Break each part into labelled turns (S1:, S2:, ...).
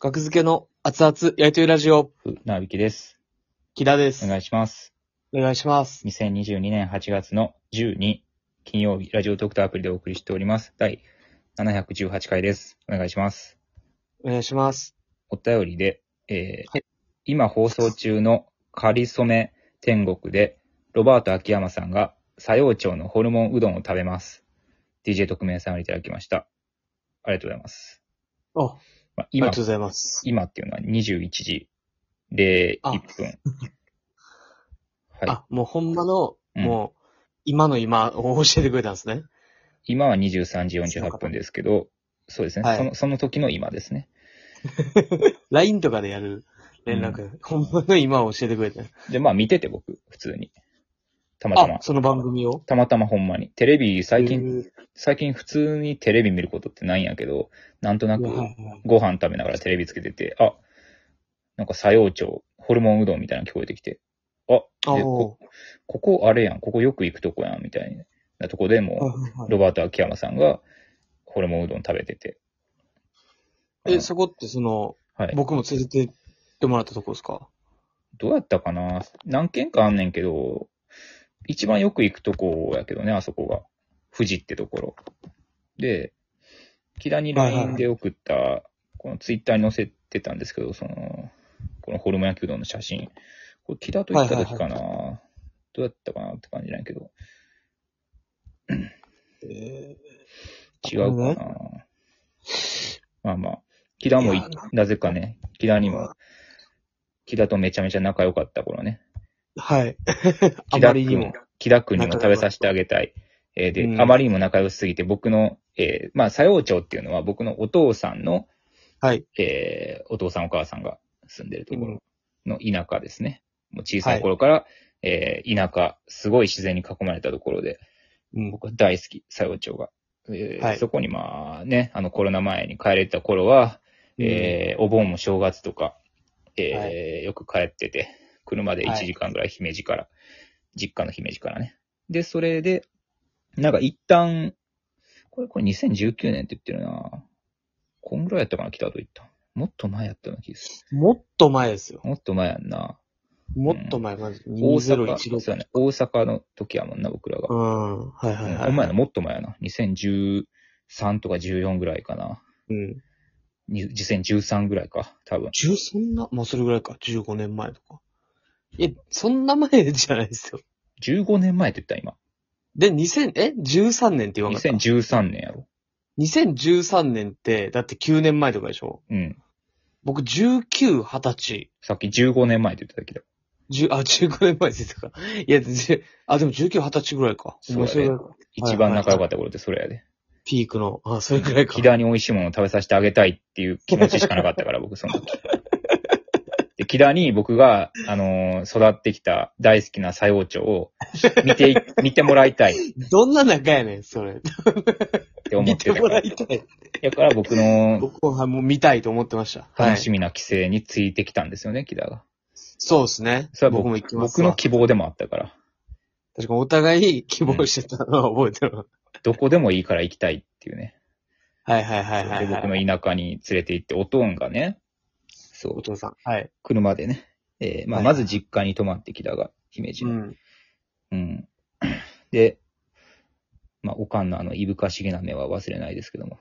S1: 学付けの熱々やりとりラジオ、
S2: ふなびきです。
S1: 木田です。
S2: お願いします。
S1: お願いします。
S2: 2022年8月の12金曜日、ラジオトークとアプリでお送りしております。第718回です。お願いします。
S1: お願いします。
S2: お便りで、えー
S1: はい
S2: 今放送中のかりそめ天国で、ロバート秋山さんが佐用町のホルモンうどんを食べます。DJ 特命さんよりいただきました。ありがとうございます。
S1: あ、あ
S2: まあ、
S1: り
S2: 今
S1: がとうございます。
S2: 今っていうのは21時で
S1: あ
S2: 1分。はい。
S1: あ、もうほんまの、
S2: うん
S1: もう、今の今を教えてくれたんですね。
S2: 今は23時48分ですけど、そうですね、
S1: はい
S2: その。その時の今ですね。
S1: LINE とかでやる連絡、ほんまの今を教えてくれた。
S2: で、まあ見てて僕、普通に。たまた
S1: あ
S2: ま、。
S1: その番組を
S2: たまたまほんまに。テレビ、最
S1: え
S2: 近、
S1: ー
S2: 最近普通にテレビ見ることってないんやけど、なんとなく
S1: はいはい
S2: ご飯食べながらテレビつけてて、あ、なんか佐用町、ホルモンうどんみたいなの聞こえてきて、あ、
S1: お
S2: でこここあれやん、ここよく行くとこやん、みたいなとこでも
S1: ー、
S2: う
S1: はいはいは
S2: ロバート秋山さんがホルモンうどん食べてて。
S1: いえ、そこってその、
S2: はい。
S1: 僕も連れてってもらったとこですか
S2: どうやったかな何軒かあんねんけど、一番よく行くとこやけどね、あそこが。富士ってところ。で、木田に
S1: はいはいはい
S2: LINE で送った、このツイッターに載せてたんですけど、その、このホルモン焼きうどんの写真。これ木田と行った時かな、どうやったかなって感じなんやけど、
S1: え
S2: 違うかな、まあまあ、木田もい
S1: いやな、
S2: なぜかね、木田にも、木田とめちゃめちゃ仲良かった頃ね。
S1: ーはい。 あ
S2: 木田
S1: まりにも
S2: 君。、木田君にも食べさせてあげたい。えーで、
S1: うん
S2: あまりにも仲良すぎて、僕の、えーまあ、佐用町っていうのは僕のお父さんの、
S1: はい。
S2: えーお父さんお母さんが住んでるところの田舎ですね。もう小
S1: は
S2: さ
S1: い
S2: い頃から、えー田舎、すごい自然に囲まれたところで、
S1: うん。
S2: 僕は大好き、佐用町が。えー
S1: はい
S2: そこにまあね、あのコロナ前に帰れた頃は、えーお盆も正月とか、えー
S1: は
S2: よく帰ってて、車で1時間ぐらい姫路から、実家の姫路からね。で、それで、なんか一旦、これ、これ2019年って言ってるなこんぐらいやったかな、北と行った。もっと前やったような気がす
S1: うんもっと前ですよ。
S2: る。もっと前やんな。
S1: もっと前、まず
S2: 大阪、
S1: 2016。
S2: そうやね。大阪の時やもんな、僕らが
S1: う。ん。はいはいはい。
S2: お前のもっと前やな。2013とか14ぐらいかな。
S1: うん。
S2: に2013ぐらいか、多分。
S1: 10、そんな、まあそれぐらいか。15年前とか。いや、そんな前じゃないですよ。
S2: 15年前って言った、今。
S1: で、2000、え ?13 年って言わなかった。
S2: 2013年やろ。
S1: 2013年って、だって9年前とかでしょ
S2: うん。
S1: 僕19、20歳。
S2: さっき15年前って言ってたけど。
S1: 10あ、15年前ですか。いや、じゅあ、でも19、20歳ぐらいか。
S2: そうやね
S1: もれぐらいか
S2: 一番仲良かった頃ってそれやで。
S1: ピークの、あ、それぐらいか。
S2: 木田に美味しいものを食べさせてあげたいっていう気持ちしかなかったから、僕、その時。で、木田に僕が、あのー育ってきた大好きな西王町を見てい、 見てもらいたいっ
S1: どんな仲やねん、それ。
S2: て思っ
S1: 見
S2: て
S1: て
S2: た
S1: も
S2: からら。
S1: いたい。
S2: だから僕の
S1: 僕はもう見たいと思ってました。は
S2: 楽
S1: い。
S2: しみな帰省についてきたんですよね、木田が。
S1: そうですね。
S2: それは
S1: 僕
S2: 僕
S1: も行きます
S2: 僕
S1: わ。
S2: の希望でもあったから。
S1: 確かにお互い希望してたのは覚えてる。
S2: どこでもいいから行きたいっていうね。
S1: はいはいはいは
S2: で、
S1: い、
S2: 僕
S1: はい。
S2: の田舎に連れて行って、おとんがね、そう
S1: お、父さん。はい。
S2: 車でね、えーまあ、
S1: はい
S2: まず実家に泊まってきたが、姫路
S1: う
S2: の。
S1: ん。
S2: うん。 で、まあ、おかんのあの、いぶかしげな目は忘れないですけども。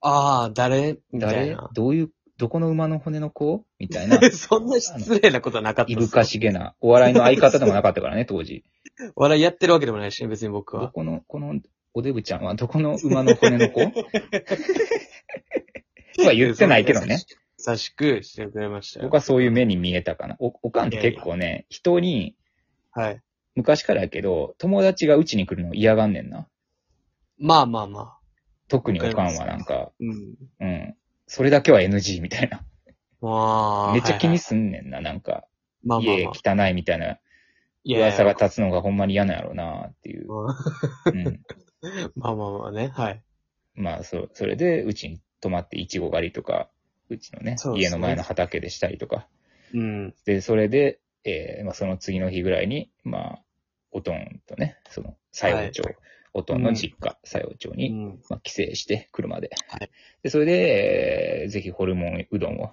S1: ああ、誰みたい
S2: 誰
S1: な。
S2: どういう、どこの馬の骨の子みた いな。
S1: そんな失礼なことはなかった
S2: い
S1: っ
S2: ぶ
S1: す
S2: かしげな。お笑いの相方でもなかったからね、当時。
S1: 笑いやってるわけでもないしね、別に僕
S2: ど
S1: は。
S2: この、この、おデブちゃんはどこの馬の骨 の子とは言ってないけどね。
S1: 優しくしてくれましたよ。
S2: 僕はそういう目に見えたかな。お、おかんって結構ね、人に、
S1: はい。
S2: 昔からやけど、友達がうちに来るの嫌がんねんな。
S1: まあまあまあ。
S2: 特におかんはなんか、
S1: うん。
S2: うん。それだけは NG みたいな。
S1: まあ。
S2: めっちゃ気に
S1: す
S2: すんねんな、なんか。
S1: まあまあ
S2: 家
S1: まあ。
S2: 汚いみたいない
S1: やいや
S2: 噂が立つのがほんまに嫌なんやろうなっていう。うん。
S1: まあまあ まあね。はい。
S2: まあ、そ、それで、うちに泊まってイチゴ狩りとか、うちのね、
S1: そうですね
S2: 家の前の畑でしたりとか。
S1: うん。
S2: で、それで、えーまあ、その次の日ぐらいに、まあ、おとんとね、その、西郷町、おとんの実家、佐用町
S1: う
S2: に、
S1: ん。
S2: まあ、帰省して、車で。
S1: はい
S2: で、それで、えーぜひホルモンうどんを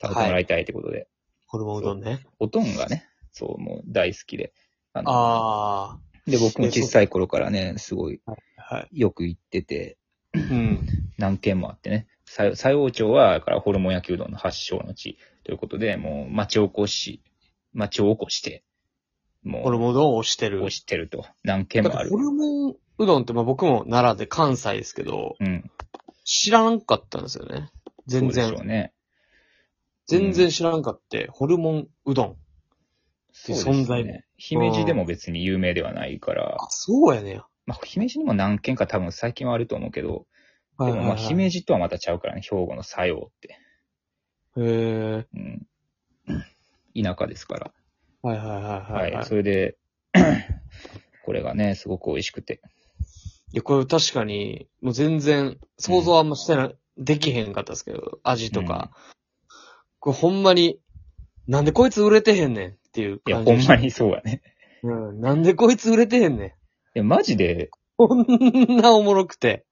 S2: 食べてもらいたいってことで、
S1: ホルモンうどんね。
S2: おとんがね、そう、もう大好きで。あの
S1: あ
S2: で、僕も小さい頃からね、すごい
S1: あ。はい。
S2: よく行ってて、
S1: うん。
S2: 何軒もあってね。さ佐用町は、だからホルモン焼きうどんの発祥の地ということで、もう町おこし、町を起こして、もう、
S1: ホルモンうどんを推してる。
S2: 押してると。何件
S1: だ
S2: も
S1: か
S2: あ
S1: らホ。
S2: る
S1: ルモンうどんって、まあ僕も奈良で関西ですけど、
S2: うん。
S1: 知らんかったんですよね。全
S2: そうでしょ
S1: 然。
S2: うね。
S1: 全然知らんかって、ホルモンうどん。
S2: そうです
S1: 存在も
S2: ね。姫路でも別に有名ではないから、
S1: あ、そうやねや。
S2: まあ、姫路にも何軒か多分最近はあると思うけど、でもまあ、姫路とはまたちゃうからね、兵庫の佐用って。
S1: へえ。
S2: うん。田舎ですから。
S1: はいはいはい
S2: は。
S1: はいいはい。
S2: それで、 これがね、すごく美味しくて。
S1: いや、これ確かに、もう全然、想像あんましてない、できへんかったですけど、味とか。これほんまに、なんでこいつ売れてへんねんっていう
S2: いや、
S1: 感じ
S2: ほ
S1: で
S2: ん
S1: した。
S2: まにそうやね。
S1: うん。なんでこいつ売れてへんねん。
S2: いや、マジで、
S1: こんなおもろくて。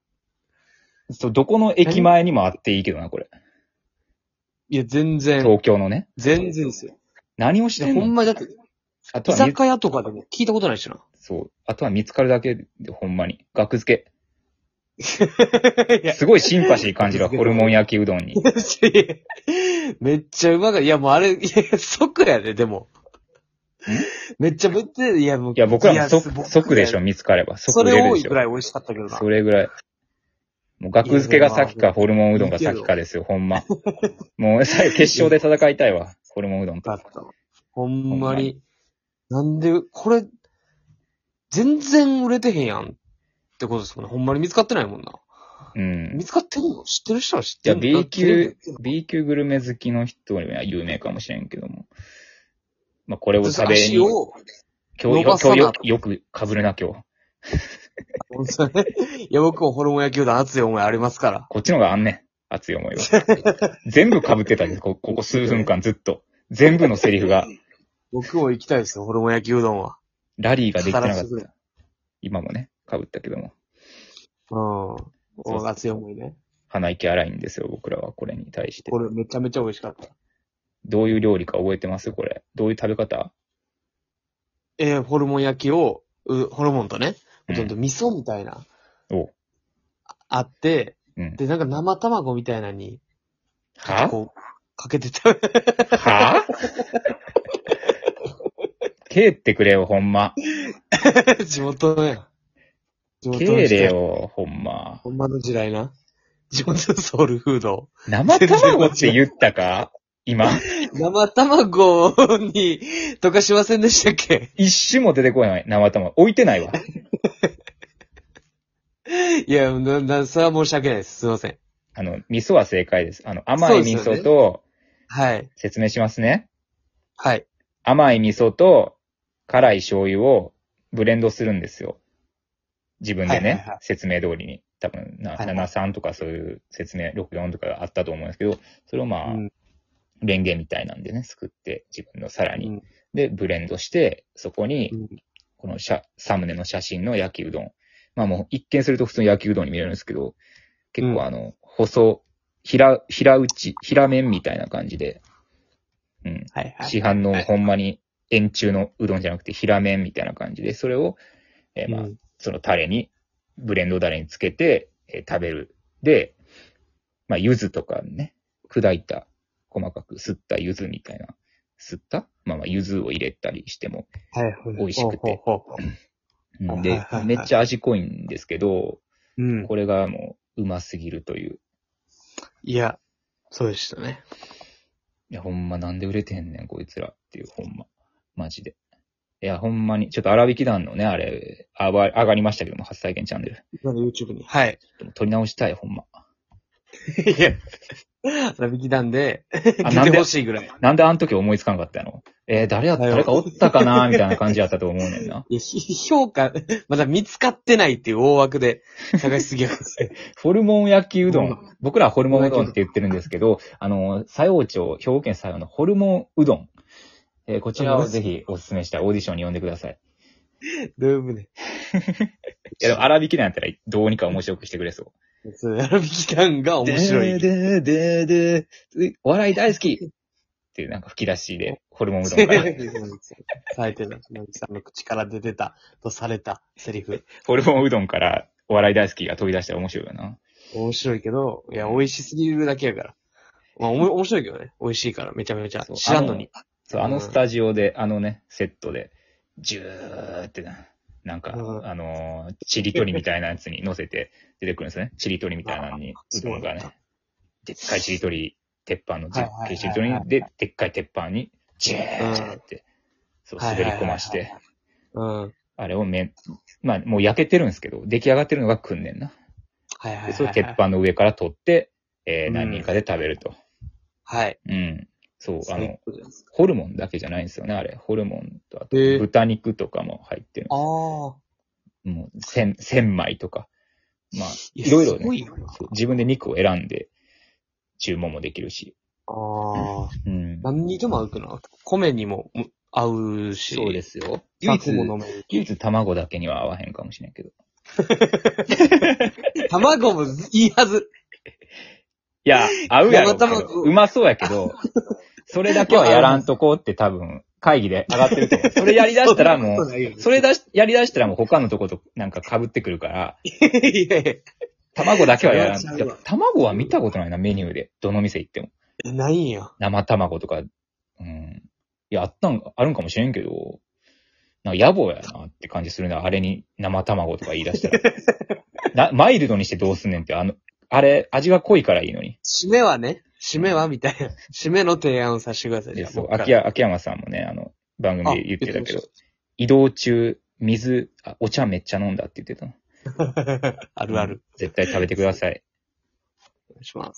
S2: そうどこの駅前にもあっていいけどな、これ。
S1: いや、全然、
S2: 東京のね。
S1: 全然ですよ。
S2: 何をし
S1: い
S2: て
S1: や、
S2: ん
S1: ほん
S2: の
S1: まにだって、
S2: あと
S1: 居
S2: は見、
S1: 酒屋とかでも聞いたことないしな。
S2: そう。あとは見つかるだけで、ほんまに。額付
S1: い
S2: け。
S1: や
S2: すごいシンパシー感じるわ、ホルモン焼きうどんに。
S1: めっちゃうまかった。いや、もうあれ、いや、即やで、でも。めっちゃぶって、いや、もう。
S2: いや、僕らも
S1: いや
S2: 即、即でしょ、。見つかれば。即
S1: そ
S2: 売
S1: れ
S2: れる
S1: 多
S2: で
S1: い
S2: し
S1: く
S2: ょ。
S1: らい美味しかったけどな。
S2: それぐらい。もう、額付けが先か、ホルモンうどんが先かですよ、ほんま。もう、最後、決勝で戦いたいわ、ホルモンうどんと。
S1: だった。ほん
S2: ほんま
S1: ま
S2: に
S1: に。なんで、これ、全然売れてへんやんってことですもんね。ほんまに見つかってないもんな。
S2: うん
S1: 見。つかってるの知ってる人は知っ
S2: い
S1: て
S2: や、
S1: る
S2: B 級、B 級グルメ好きの人には有名かもしれんけども。まあ、これを食べに、
S1: 足
S2: 今
S1: を、
S2: 日
S1: 伸
S2: よ、
S1: ば
S2: 今
S1: さな
S2: 日よ、よくかぶるな、今日。
S1: 本当にねいや、僕もホルモン野球団熱い思いありますから。
S2: こっちの方があんねん。熱い思いは。全部被ってたんです、こここ数分間ずっと。全部のセリフが、
S1: 僕も行きたいですよ、ホルモン野球うどんは。
S2: ラリーができてな
S1: 語
S2: からっ
S1: せてくれ
S2: た。今もね、被ったけども。
S1: うん。
S2: そうそう
S1: 熱い思いね。
S2: 鼻息荒いんですよ、僕らは、これに対して
S1: こ。れめちゃめちゃ美味しかった。
S2: どういう料理か覚えてますこれ。どういう食べ方
S1: えーホルモン焼きを、うホルモンとね、ほ
S2: う
S1: とん
S2: ん
S1: ど味噌みたいな、
S2: おう
S1: あって、
S2: うん。
S1: で、なんか生卵みたいなのに、
S2: は
S1: こう、かけて食べ、
S2: はぁけえってくれよ、ほんま。
S1: 地元のや。地
S2: け
S1: 元の
S2: え
S1: 時
S2: れ
S1: 代。
S2: よ、ほんま。
S1: ほんまの時代な。地元のソウルフード。
S2: 生卵って言ったか今。
S1: 生卵に溶かしませんでしたっけ
S2: 一種も出てこない、生卵。置いてないわ。
S1: いや、な、な、それは申し訳ないです。すいません。
S2: あの、味噌は正解です。あの、甘い味
S1: そうで
S2: 噌
S1: す
S2: と、
S1: はい。
S2: 説明しますね。
S1: はい。
S2: 甘い味噌と、辛い醤油をブレンドするんですよ。自分でね、
S1: はいはいはい
S2: 説明通りに。多分な、
S1: はいはい
S2: 73とかそういう説明、64とかがあったと思うんですけど、それをまあ、
S1: うん
S2: レンゲみたいなんでね、作って、自分の皿に。
S1: うん
S2: で、ブレンドして、そこに
S1: うん、
S2: この写サムネの写真の焼きうどん。まあもう一見すると普通の焼きうどんに見えるんですけど、結構あの、細、平、平打ち、平麺みたいな感じで、うん。
S1: はいはい。
S2: 市販の
S1: はい
S2: ほんまに円柱のうどんじゃなくて平麺みたいな感じで、それを、えーまあ
S1: うん、
S2: そのタレに、ブレンドタレにつけて、えー食べる。で、まあ、柚子とかね、砕いた、細かくすった柚子みたいな、すったまあまあ、柚子を入れたりしても。
S1: はい。
S2: 美味しくて
S1: ほうほうほう
S2: うん
S1: はい
S2: で
S1: はいは、い
S2: めっちゃ味濃いんですけど、
S1: うん。
S2: これがもう、うますぎるという。
S1: いや、そうでしたね。
S2: いや、ほんまなんで売れてんねん、こいつらっていう、ほんま。マジで。いや、ほんまに、ちょっと荒引き団のね、あれ、あわ上がりましたけども、初体験チャンネル。
S1: なんで YouTube に。はい。
S2: でも撮り直したい、ほんま。
S1: いや、ラビキ団で、
S2: あ
S1: 来
S2: なん
S1: て
S2: で
S1: ほしいぐらい。
S2: なんであの時思いつかんかったやろえー誰や、
S1: はい
S2: 誰かおったかなみたいな感じやったと思うねんな。
S1: いやひ評価、まだ見つかってないっていう大枠で 探しすぎや
S2: ホルモン焼 きうどん。 僕らはホルモンうどんっ
S1: ホルモン焼きうどん
S2: て言ってるんですけど、あの、佐用町、兵庫県佐用のホルモンうどん。えーこちらをぜひお勧めしたい。オーディションに呼んでください。
S1: どういうね。
S2: いや、でも荒引きなんやったらどうにか面白くしてくれそう。
S1: それ、荒引き団が面白 い。
S2: で、で、で、で、お笑い大 好きっていうなんか吹き出しで、ホルモンうどんが、
S1: 最低な、のぎさんの口から出てた、とされたセリフ。
S2: ホルモンうどんからお笑い大好きが飛び出したら面白いよな。
S1: 面白いけど、いや、美味しすぎるだけやから。まあ、おも面白いけどね。美味しいから、めちゃめちゃ。
S2: そう
S1: 知らんのに。
S2: そう、あのスタジオで、あのね、セットで、ジューってな、なんか、
S1: うん
S2: あのーちりとりみたいなやつに乗せて出てくるんですね。ちりとりみたいなのに、うどんが
S1: そう
S2: ね、でっかいちりとり、鉄板のでっ
S1: はいはいはい
S2: か
S1: はい
S2: いちりとりにで、でっかい鉄板に、ジューって、そう、
S1: はい
S2: 滑
S1: はい
S2: り
S1: はいはい
S2: 込まして、
S1: うん。はい
S2: あれをめん、まあ、もう焼けてるんですけど、出来上がってるのがくんねんな。
S1: はいはい、は
S2: で、
S1: い。
S2: それを鉄。板の上から取って、え
S1: う
S2: ー、
S1: ん
S2: 何人かで食べると。
S1: はい。
S2: うん。そう、
S1: そ
S2: あの、
S1: ういうことです
S2: ホルモンだけじゃないんですよね、あれ。ホルモンと、あと、
S1: へー
S2: 豚肉とかも入ってる。
S1: ああ。
S2: もう、千、千枚とか。まあ、
S1: や
S2: いろい
S1: す
S2: ろ
S1: ごい
S2: ね
S1: よな
S2: そう自分で肉を選んで、注文もできるし。
S1: ああ。
S2: うん。
S1: 何にでも合うくな。米にもも合うし。。
S2: そうですすよ。唯
S1: 唯
S2: 一
S1: 一、も飲める。
S2: 唯一卵だけには合わへんかもしれんけど。
S1: 卵もいいはず。
S2: いや、合うやろうけ
S1: 生
S2: ど、
S1: 卵
S2: うまそうやけど、それだけはやらんとこうって多分、会議で上がってると思う。それやりだしたらもう、
S1: う
S2: それだし、やりだしたらもう他のとことなんか被ってくるから、
S1: いやいや
S2: 卵だけはやらん。
S1: それは
S2: だ
S1: 違う
S2: から
S1: わ
S2: 卵は見たことないな、メニューで。どの店行っても。
S1: えないんや。
S2: 生卵とか、うん。いや、あったん、あるんかもしれんけど、なんか野暮やなって感じするな。あれに生卵とか言い出した ら。な、マイルドにしてどうすんねんって、あの、あれ、味が濃いからいいのに。
S1: 締めはね、締めはみたいな。締めの提案をさせてください。
S2: でそう
S1: 僕から
S2: 秋や秋山さんもね、あの、番組で言ってたけど、移動中、水あ、お茶めっちゃ飲んだって言ってたの。
S1: あるある。
S2: 絶対食べてください。
S1: お願いします。